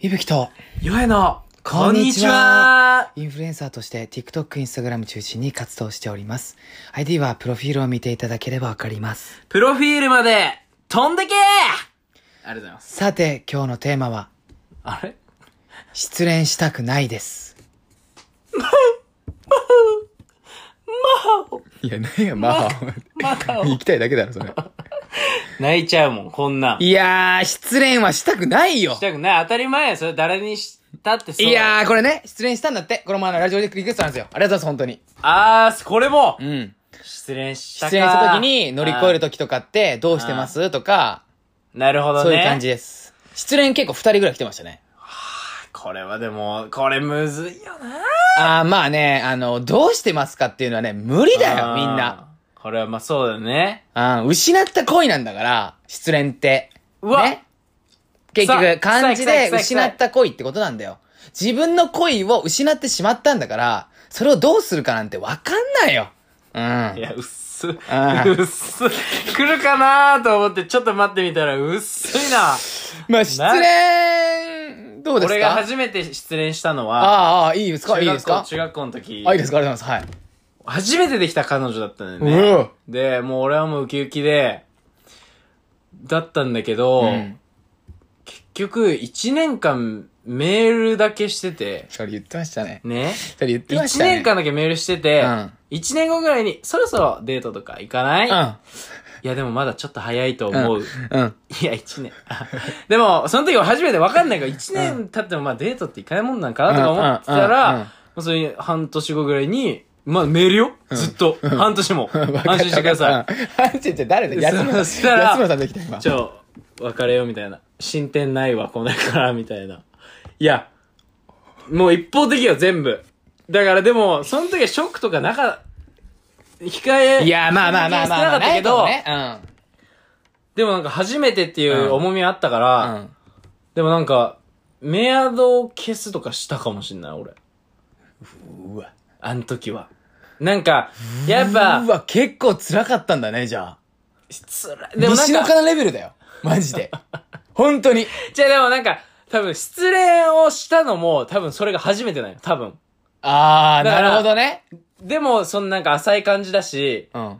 いぶきと、よえの、ここんんににちちははインフルエンサーとして TikTok、Instagram 中心に活動しております。ID はプロフィールを見ていただければわかります。プロフィールまで、飛んでけありがとうございます。さて、今日のテーマは、あれ失恋したくないです。いや、なんや、ままた行きたいだけだろ、それ。 泣いちゃうもん、こんなん。いやー、失恋はしたくないよしたくない。当たり前や。それ誰にしたっていそう。やー、これね、失恋したんだって。この前のラジオでリクエストなんですよ。ありがとうございます、本当に。あー、これも、うん。失恋した失か。恋した時に乗り越えると。時とかって、どうしてますとか、なるほどね。そういう感じ。です。失恋結構二人ぐらい来てましたね。これはでも、これむずいよな。ああ、まあね、あの、どうしてますかっていうのはね、無理だよ、みんな。あー。これはまあそうだね。あー失った恋なんだから、失恋って。うわね、結臭局、い漢字臭い臭でい臭い失った恋ってことなんだよ。自分の恋を失ってしまったんだから、それをどうするかなんてわかんないよ。ういん。や、うっす。うっーす。来るかなと思って、ちょっと待ってみたら、うっすいな。まあ、失恋、どうですか俺が初めて失恋したのは、あーあー、いいですかいいですか中学校中学校の時あ、いいですかありがとうございます。初めてできた彼女だったんだよはい。ね。うんで、もう俺はもうウキウキで、だったんだけど、うん。結局1年間メールだけしてて、それ言ってましたね。ね。それ言ってまし1たね。年間だけメールしてて、うん一1年後ぐらいに、そろそろデートとか行かない、いや、でもまだちょっと早いと思う。うん。うん。いや、1年。 あでも、その時は初めて分かんないから、1年経ってもまあデートって行かないもんなんかなとか思ってたうんうんうんうんら、もうそれ半年後ぐらいに、まあメールよずっと。半年も。安心してください。安心して誰だ安村そしさたん。ら安村さんできた今い。ち。ょ、別れようみたいな。進展ないわ、これから、みたいな。いや、もう一方的よ、全部。だからでも、その時はショックとかなか、控え、いや、まあまあまあまあまあ。控えしてなかったけど、ないかでもなんか初めてっていう重みはあったから、もねでもなんか、メアドを消すとかしたかもしんない、俺。うん。うわ。あの時は。なんか、やっぱう、わ、結構辛かったんだね、じゃあ。つらい。でもなん西のか、かなレベルだよ。マジで。本当に。じゃあでもなんか、多分失恋をしたのも、多分それが初めてなんよ、多分。あー、だなからるほどね。でも、そのなんか浅い感じだし、うん。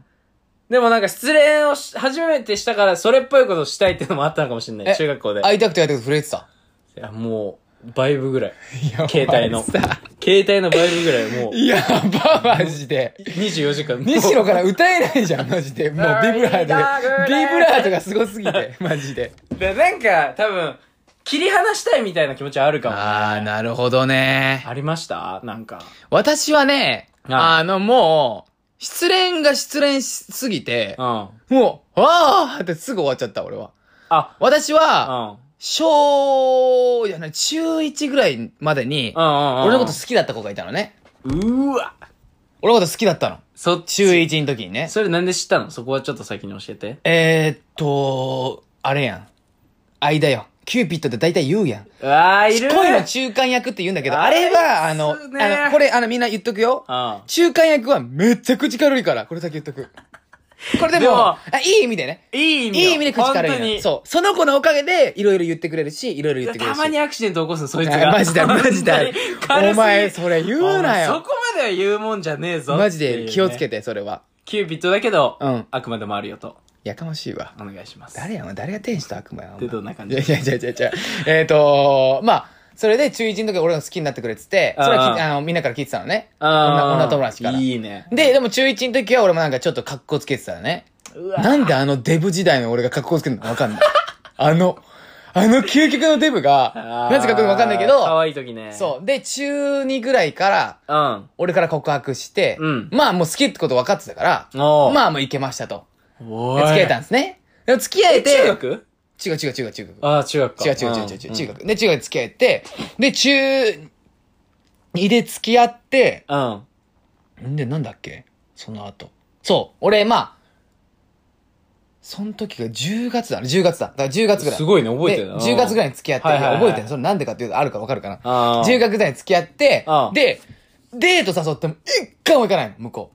でもなんか失恋をし初めてしたから、それっぽいことをしたいっていうのもあったのかもしんなえい、中学校で。会いたくて会いたくて震えてた。いや、もう、バイブぐらい。携携帯 の。携帯のバイブぐらい、もう、やば、マジで。 24時間。西野から歌えないじゃん、マジ で。もうビブラートで。ビブラートがすごすぎて、マジで。で、なんか、多分、切り離したいみたいな気持ちはあるかも。ああー、なるほどね。りましたなんか。私はね、あああの、もう、失恋が失恋しすぎてう、ん。もう、わーってすぐ終わっちゃった、俺は。あ、私うん。は、うん小、いやね、中1ぐらいまでにう、んうん。俺のこと好きだった子がいたのね。うーわ。俺のこと好きだったの。そっち。中1の時にね。それなんで知ったのそこはちょっと先に教えて。えー、っと、あれやん。間よ。キューピッドって大体言うやん。ああ、いる恋の中間役って言うんだけど、ああれれは、あの、っすねあの、これ、あの、みんな言っとくよ。う中間役はめちゃくちゃ軽いから、これだけ言っとく。これでも、でもあいい意味でね。ん。いい意い味よ。い意味で口軽い本当のよ。に。そう。その子のおかげで、いろいろ言ってくれるし、いろいろ言ってくれたるし。まにアクシデント起こすの、そいつあが。マジだ、本当マにジだ軽すぎ。お前、それ言うなお前そよ。こまでは言うもんじゃねえぞ。マジで気をつけて。て、それは。キューピットだけど、うんあくまでもあるよと。やかましいわ。お願いします。誰やお前誰が天使と悪魔やお前でどんな感いじやいやいやいやいやえっと、まあ、それで中1の時俺の好きになってくれてて、それはきああのみんなから聞いてたのね。あー女女友達からいいね。で、でも中1の時は俺もなんかちょっと格好つけてたのね。うわなんであのデブ時代の俺が格好つけるのかわかんない。あの、あの究極のデブが、 なぜかこれわかんないけ可ど、愛い時ね。そう。で、中2ぐらいから、う。うん。俺から告白して、うんまあもう好きってこと分かってたから、おまあもういけましたと。おで付き合えたんですね。でも付き合えて、中学違う違う違う違う。ああ、中学か。違う違う違う違う違う。中学。で、中学付き合えて、で、中2で付き合って、うん。うん。んで、なんだっけその後。そう。俺、まあ、その時が10月だな。10月だ。だから10月ぐらい。すごいね、覚えてるな。で10月ぐらいい。に付き合って、はいはいはい覚えてるそれなんでかっていうと、あるかわかるかな。ああ。 10月ぐらいに付き合ってあ、ーで、デート誘っても一回も行かないの、向こ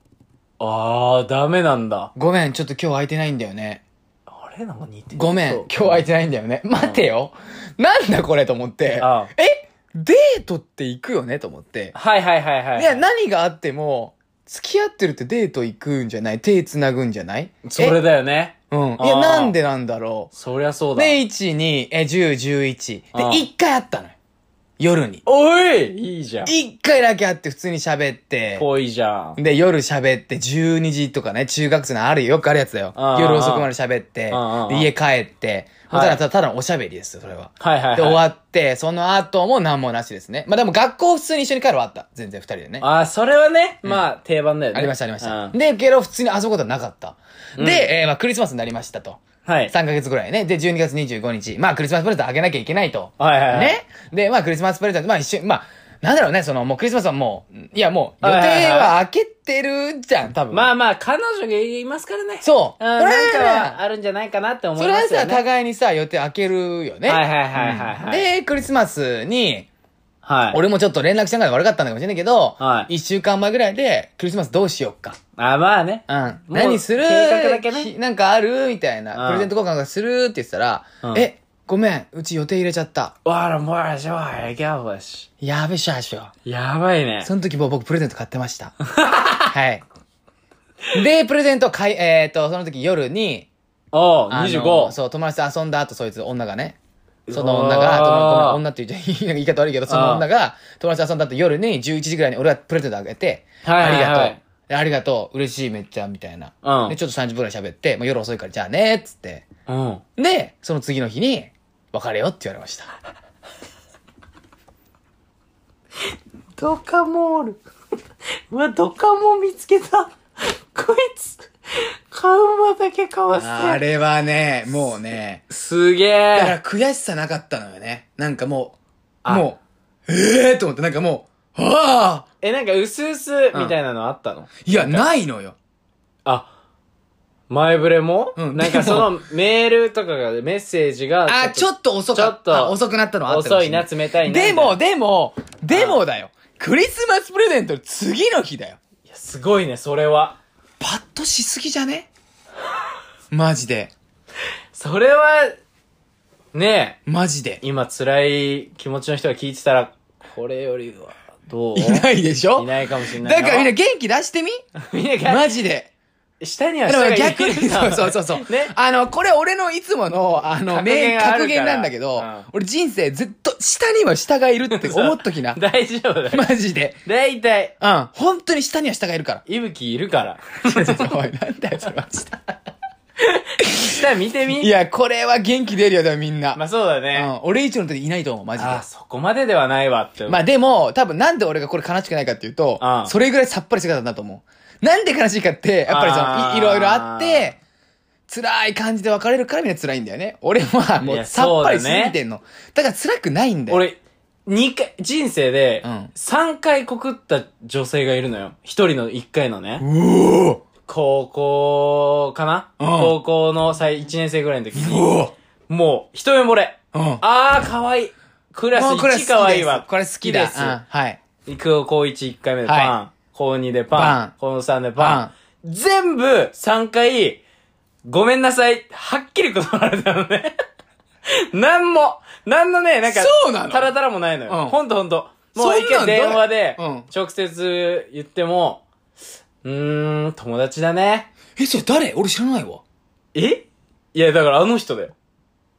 う。ああ、ダメなんだ。ごめん、ちょっと今日空いてないんだよね。あれなんか似てるごめん、そう今日空いてないんだよね。待てよ。なんだこれと思って。あえデートって行くよねと思って。はいはいはいはい。いや、何があっても、付き合ってるってデート行くんじゃない手繋ぐんじゃないそれだよね。えうん。いあや、ーなんでなんだろそりゃそうう。だ。で、1、2、え、10、11。あーで、1回会ったのよ。夜に。おいいいじゃん。 1回だけ会って普通に喋って。ぽいじゃん。で、夜喋って、12時とかね、中学生のあるよ、よくあるやつだよ。ああ夜遅くまで喋ってああ、で家帰って、もうはいただただただのおしゃべりですよ、それは。はいはい、はい。で、終わって、その後も何もなしですね。まあでも学校普通に一緒に帰るはあった。全然二人でね。ああー、それはね、んまあ、定番だよね。りました、ありましたう。んで、けど普通に遊ぶことはなかった。うんで、えーまあクリスマスになりましたと。はい。 3ヶ月ぐらいね。で、12月25日。まあクリスマスプレゼントあげなきゃいけないと。はいはいはい。ね。で、まあ、クリスマスプレゼント、まあ、一緒に、まあ、なんだろうね、その、もうクリスマスはもう、いや、もう、予はいはいはい定は開けてるじゃん、多分。まあまあ、彼女がいますからね。そう。うん、なんかはあるんじゃないかなって思そいれまはすよさ、ね。互いにさ、予定開けるよね。はいはいはいはいはいで、クリスマスに、はい。俺もちょっと連絡しながら悪かったんだかもしれないけど、はい一週間前ぐらいで、クリスマスどうしよっか。あ、まあね。うん。もう何する計画だけねひなんかあるみたいな。うプんレゼント交換がするって言ってたら、うんえ、ごめん、うち予定入れちゃった。わらもらしょわらぎゃわし。やべしゃしょ。やばいね。その時もう僕プレゼント買ってま した。はい。で、プレゼント買い、えっ、と、その時夜に、おう、あの25。そう、友達と遊んだ後、そいつ、女がね。うわーその女が、友達ごめん女って言っちゃ 言い方悪いけど、その女が、友達と遊んだ後夜に11時ぐらいに俺はプレゼントあげて、はいはいはいありがとう。でありがとう。嬉しい、めっちゃ、みたいな。うんで、ちょっと30分ぐらい喋って、もう夜遅いから、じゃあねっつって。うん。で、その次の日に、別れようって言われました。ドカモー ル。うわ、ドカモ見つけた。こいつ、買う馬だけ買わあれはね、もうね、すげだかえ。ら悔しさなかったのよね。なんかもう、あもう、ええー、と思って、なんかもう、ああえ、なんか、うすうすみたいなのあったの、いや、ないのよ。あ、前触れも、うんなんかそのメールとかが、メッセージが。あ、ちょっっと遅かっちょっとた。あ遅くなったのはあったかも遅しいれなな、い冷たいな。でみたも、いなでも、でもだよ。クリスマスプレゼントの次の日だよ。いやすごいね、それは。パッとしすぎじゃねマジで。それは、ねえ、マジで。今辛い気持ちの人が聞いてたら、これよりは、どういないでしょいないかもしれないだな。からみんな元気出してみみんなが、マジで。下にはで下がもいる逆 に、そうそうそうそう、ね。あの、これ俺のいつもの、あの、格言名があるから格言なんだけど、うん俺人生ずっと下には下がいるって思っときな。大丈夫 だよ。マジで。大体、うん。本当に下には下がいる から。いぶきいるから。おい、なんだよ、それマジで。下見てみいや、これは元気出るよ、でもみんな。まあそうだね。うん。俺以上の時いないと思う、マジあ、で。そこまでではないわって。まあでも、多分なんで俺がこれ悲しくないかっていうと、うんそれぐらいさっぱりしてたんだと思う。なんで悲しいかって、やっぱりそあの、ーいいろいろあって、辛い感じで別れるからみんな辛いんだよね。俺はもいうやさっぱりしすそうだねぎてんの。だから辛くないんだよ。俺、二回、人生でうん、三回告った女性がいるのよ。一人の一回のね。うお高校かな、うん高校の最、一年生ぐらいの時うに、おもう、一目惚れ。うん。もあー、かわいい。クラスうこれ好き1ですかわいいわ。これ好きだ。ですうん。はい。行く高1、1回目でパン。は高2でパン。パン高3でパン。全部3回、ごめんなさい。はっきり断られたのね。 なんも、なんのね、なんか、そうなのたらたらもないのよ。うんほんとほんと。もうそんなん一回どう電話でうん、直接言っても、うーん、友達だね。え、それ誰俺知らないわ。えいや、だからあの人だよ。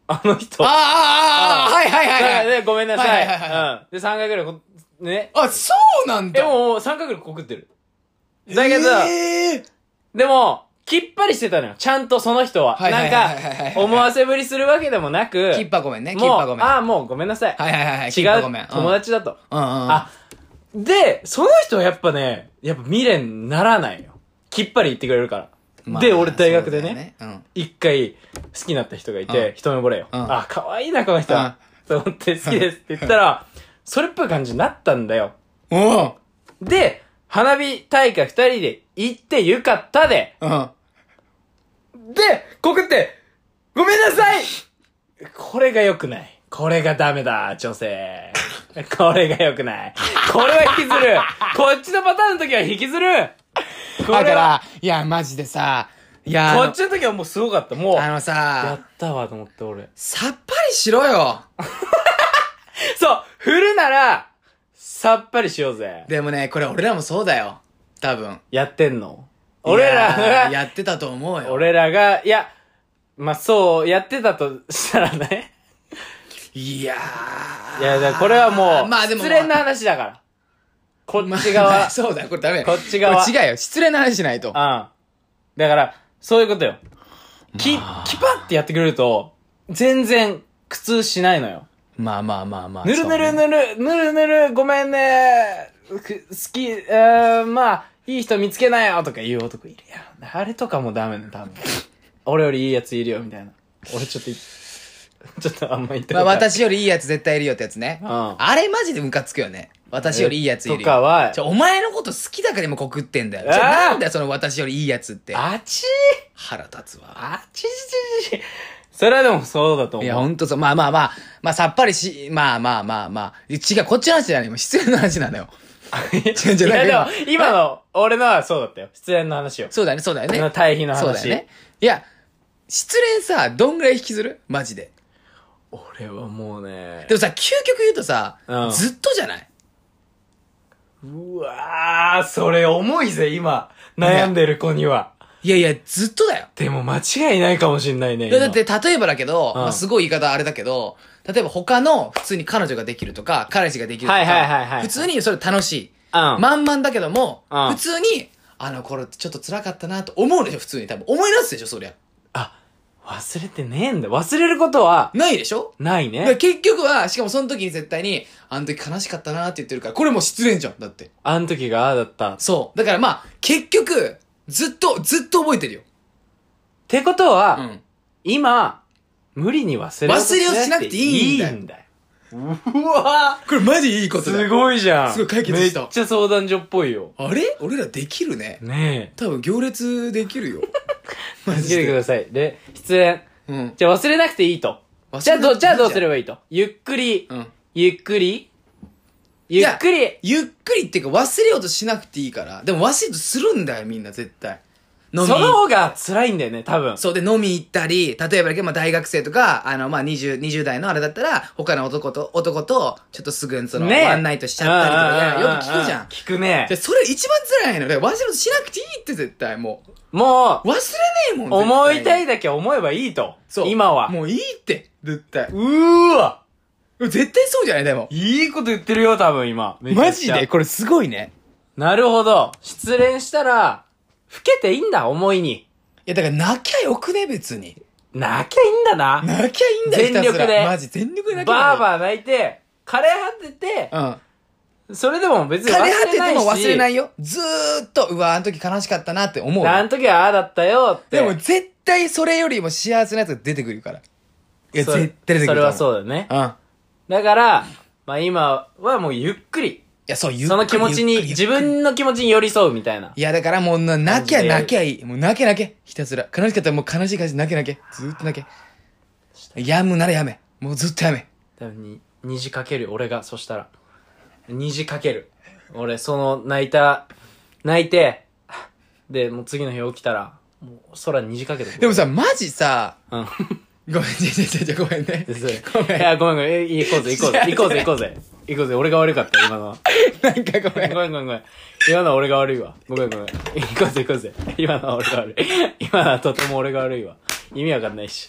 あの人。ああ、ああ、はいはいだからはいはい。ね、ごめんなさい。はいはいはいはうん。で、3回ぐらいこ、ね。あ、そうなんでだ。も、もう3回ぐらい告ってる。だけど、えーでも、きっぱりしてたのよ。ちゃんとその人は。はいはないんはいはいはいか、思わせぶりするわけでもなく、キッパごめんね、キッもう、パごめん。ああ、もうごめんなさい。はいはいはいはい。キ違ッパうごめん。うん友。達だと。うんうんうん。あ、で、その人はやっぱね、やっぱ未練にならないよ。きっぱり言ってくれるから。まあで、俺大学でね、。そうだようん。一、回好きになった人がいて、うん一目惚れよ。うんあ、可愛いな、この人は。と思って好きですって言ったら、それっぽい感じになったんだよ。おうで、花火大会二人で行ってよかったで、うん。で、告って、ごめんなさいこれが良くない。これがダメだ、女性。 これが良くない。これは引きずる。こっちのパターンの時は引きずる。これはだから、いや、マジでさ、いやこあっちの時はもうすごかった。もう、のあやのさったわと思って俺。さっぱりしろよそう振るなら、さっぱりしようぜ。でもねこれ俺らもそうだよ多分やってんの俺らいやー が、やってたと思うよ俺らが、いや、まあ、そう、やってたとしたらね。いやーいや、だからこれはもう、まあでも失恋の話だから。こまあっち側。まあ そうだこれダメこっち側これ違うよ失礼な話しないとうん。だから、そういうことよ。き、キパってやってくれると、全然苦痛しないのよ。まあまあまあまあぬるぬるるぬる、ぬるぬる、ごめんね。く好き、えー、まあ、いい人見つけなよとか言う男いるやん。あれとかもダメね、多 分。俺よりいいやついるよ、みたいな。俺ちょっとい、 ちょっとあんま言ってまあ私よりいいやつ絶対いるよってやつねうんあれマジでムカつくよね私よりいいやついるよとかはちょお前のこと好きだから今告ってんだよちょあーなんだよその私よりいいやつってあち腹立つわあちちちちち。それはでもそうだと思う。いや、 ほんとそう。まあまあまあ、まあさっぱりし、まあまあまあまあ。違う、こっちの話じゃないよ。失礼な話なのよ。違う違ういやでなんもか今、今の、俺のはそうだったよ。失恋の話を。そうだよね、そうだよね。あの対比の話そうだよね。いや、失恋さ、どんぐらい引きずるマジで。俺はもうねで。もさ、究極言うとさ、うんずっとじゃないうわー、それ重いぜ、今。悩んでる子には。いやいや、ずっとだよ。でも間違いないかもしんないね。いやだっ今て、例えばだけど、うんまあ、すごい言い方あれだけど、例えば他の普通に彼女ができるとか、彼氏ができるとか、はいはいはいはい普通にそれ楽しい。うん。満々だけども、うん普通に、あの頃ってちょっと辛かったなと思うでしょ、普通に多分。思い出すでしょ、そりゃ。あ、忘れてねえんだ。忘れることは、ないでしょないだからね。結局は、しかもその時に絶対に、あの時悲しかったなって言ってるから、これもう失恋じゃん、だって。あの時がああだった。っそう。だからまあ、結局、ずっと、ずっと覚えてるよ。てことは、うん。今、無理に忘れ忘れをしなくていいんだよいいんだよ。うわこれマジいいこーとだすよ。ごいじゃん。すごい解決しためっちゃ相談所っぽいよ。あれ俺らできるね。ね多分行列できる よ。え。マ続けてください。で、失恋。うん。じゃあ忘れなくていいと。忘じゃれあど、じゃあどうすればばいいと。ゆっくり、うん。ゆっくり、ゆっくり。ゆっくりっていうか忘れようとしなくていいから。でも忘れようとするんだよ、みんな絶対。飲そみの方が辛いんだよね、多分。そうで飲み行ったり、例えばだけどまあ大学生とか、あのまあ20、20代のあれだったら、他の男と、男と、ちょっとすぐその、ねえワンナイトしちゃったりとうんうんうんか、よく聞くじゃ。うん聞くねで。それ一番辛いの。だから忘れようとしなくていいって絶対もう。もう、忘れねえもん。絶対思いたいだけ思えばいいと。そう。今は。もういいって、絶対。うーわ絶対そうじゃないでも。いいこと言ってるよ、多分今。めちゃマくジちゃでこれすごいね。なるほど。失恋したら、老けていいんだ、思いに。いや、だから泣きゃよくね、別に。泣きゃいいんだな。泣きゃいいんだよ、ひたすら全力でマジ、全力で泣きゃいいバーーバー泣いて、枯れ果てて、うん。それでも別に忘枯れれな果いてし。。ても忘れないいよ。ずーっと、うわ、あの時悲しかったなって思うよ。あの時はああだったよって。でも絶対それよりも幸せなやつが出てくるから。いや、そ絶対出てくる。それはそううだね。うん。いだから、まあ今はもうゆっくり、や、そう、ゆっくりその気持ちゆっに、くり自分の気持ちに寄り添うみたいな。いや、だからもうな、泣き感ゃじでやる泣きゃいい。もう泣け泣け。ひたすら。悲しかったらもう悲しい感じで泣け泣け。ずーっと泣け。やむならやめ。もうずっとやめ。多分に、虹かけるよ、俺が、そしたら。虹かける。俺、その、泣いた、泣いて、で、もう次の日起きたら、もう空に虹かけてくるでもさ、マジさ、うん。ごめん、ちょちょちょ、ごめんね。ごめいん。や、ごめんごめん。え行こうぜ、行こうぜ、行こうぜ、行こうぜ。行こうぜ、俺が悪かった、今のは。なんかごめん。ごめんごめんごめん。今のは俺が悪いわ。ごめんごめん。行こうぜ、行こうぜ。今のは俺が悪い。今のはとても俺が悪いわ。意味わかんないし。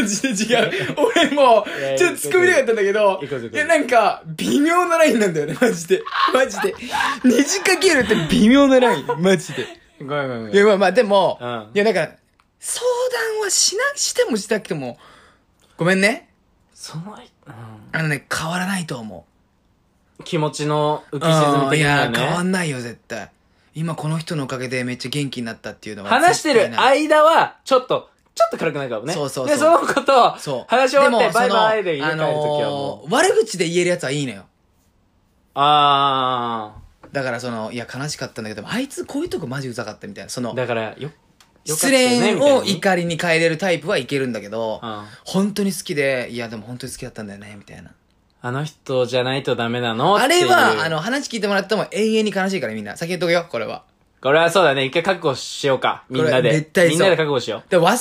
マジで違う。俺も、いやいうやちょっと突っ込みたかったんだけどいこうぜいこう、いぜや、なんか、微妙なラインなんだよね、マジで。マジで。虹かけるって微妙なライン、マジで。ごめんごめんごいめん。や、まあまあ、でも、うんいや、なんか、相談はしな、してもしたくても、ごめんね。その、うんあのね、変わらないと思気持ちの浮う。き沈うみんい的なや、変わね。んないよ、絶対。今この人のおかげでめっちゃ元気になったっていうのは。話して絶る対ない間は、ちょっと、ちょっと軽くなるかもね。そうそうそうで、そのことを、そう。話し終わっでて、もバイバイそで家帰のるときあはもう。のー悪口で言えるやつはいいのよ。あだからその、いや、悲しかったんだけど、あいつこういうとこマジうざかったみたいな。そー。の、だから、よ、よか失ったね恋みたいなを怒りに変えれるタイプはいけるんだけど、うん本当に好きで、いや、でも本当に好きだったんだよね、みたいな。あの人じゃないとダメなのあれっていうは、あの、話聞いてもらっても永遠に悲しいからみんな。先言っとくよ、これは。これはそうだね。一回覚悟しようか。みんなこれで。絶対そうみんなで覚悟しよで忘れられ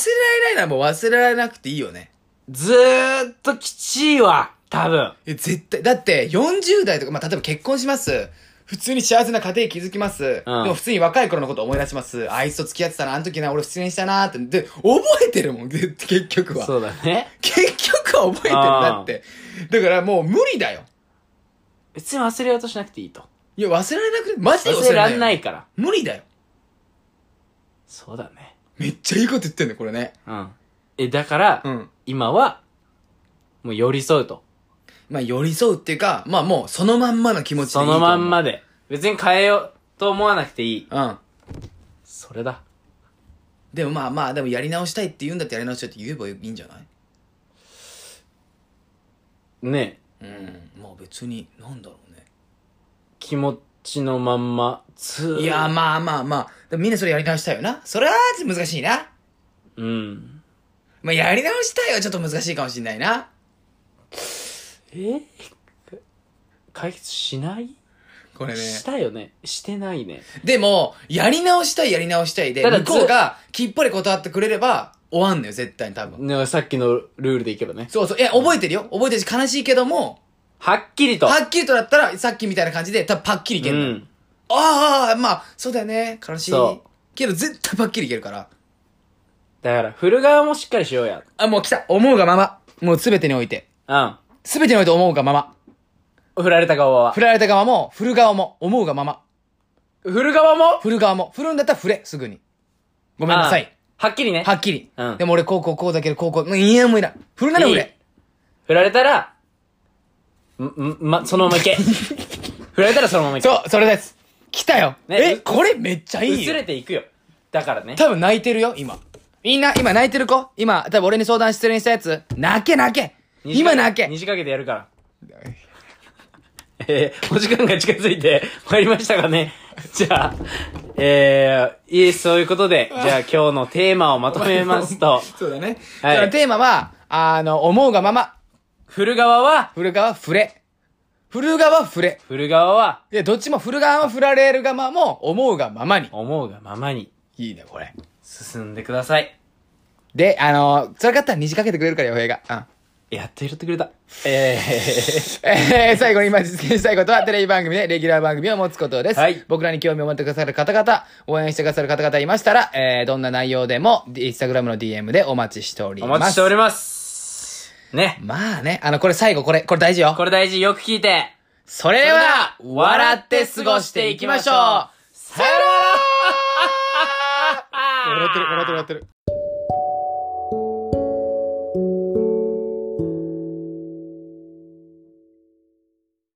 ないならもう忘れられなくていいよね。う。ずーっときちいわ。多分。え絶対、だって40代とか、まあ、例えば結婚します。普通に幸せな家庭築きます。うんでも普通に若い頃のこと思い出します。あいつと付き合ってたな、あの時な、俺失恋したなって。で、覚えてるもん、絶結局は。そうだね。結局は覚えてるんだって。だからもう無理だよ。別に忘れようとしなくていいと。いや、忘れられなくて、マジで。忘れらんないいから。無理だよ。そうだね。めっちゃいいこと言ってんね、これね。うん。え、だから、うん。今は、もう寄り添うと。まあ、寄り添うっていうか、まあもうそのまんまの気持ちでいそいと思のうまんまで。別に変えようと思わなくていい。うん。それだ。でもまあまあ、でもやり直したいって言うんだってやり直したいって言えばいいんじゃないねうん。まあ別に、なんだろうね。気持ちのまんま、つーいや、まあまあまあ。でもみんなそれやり直したいよな。それはちょっと難しいな。うん。まあやり直したいはちょっと難しいかもしんないな。え解決しない、これね。したよね。してないね。でも、やり直したいやり直したいで、ただ向こうがきっぱり断ってくれれば終わんのよ、絶対に多分。ねさっきのルールでいけばね。そうそう。いや、覚えてるよ。覚えてるし悲しいけども、はっきりと。はっきりとだったら、さっきみたいな感じで、多分パッキリいけうるのよ、ん。ああ、まあ、そうだよね。悲しいそ。けど、絶対パッキリいけるから。だから、振る側もしっかりしようや。あ、もう来た。思うがまま。もうすべてにおいて。すべてにおいて思うがまま。うん。振られた側は振。られた側も、振る側も、思うがまま。振る側も振る側も。振るんだったら振れ、すぐに。ごめんなさい。ああはっきりね。はっきり。うんでも俺、こうこうこうだけど、こうこう。もういや、もういらん。振るなら振いいれ。振られたら、ん、ん、ま、そのままい け。振られたらそのままいけ。そう、それです。来たよ。ねえ、うこれめっちゃいい薄よ。れていくよ。だからね。多分泣いてるよ、今。みんな、今泣いてる子今、多分俺に相談失恋したやつ。泣け泣け今泣け虹かけてやる から。えー、お時間が近づいてまいりましたかね。 じゃあ、えー、いい、そういうことで、 じゃあ今日のテーマをまとめますと、そうだね。はいだからテーマは、あの、思うがまま、振る側は、振る側は触れ。振る側は触れ。振る側は、で、どっちも振る側は振られる側も、思うがままに。思うがままにいいね、これ。進んでください。で、あの、辛かったら虹かけてくれるから、洋平が。うん。やっと拾ってくれた。えー、 えー、最後に今実現したいことはテレビ番組でレギュラー番組を持つことです。はい僕らに興味を持ってくださる方々、応援してくださる方々いましたら、えー、どんな内容でも、インスタグラムの DM でお待ちしておりおます。待ちしております。ね。まあね、あの、これ最後、これ、これ大事よ。これ大事、よく聞いて。それでは、笑って過ごしていきましょうさよなら笑ってる、笑ってる、笑ってる。